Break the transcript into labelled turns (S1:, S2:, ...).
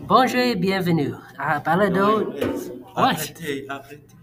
S1: Bonjour et bienvenue à Balado.
S2: Ouais, ouais.
S1: Ouais.
S2: Arrêtez, arrêtez.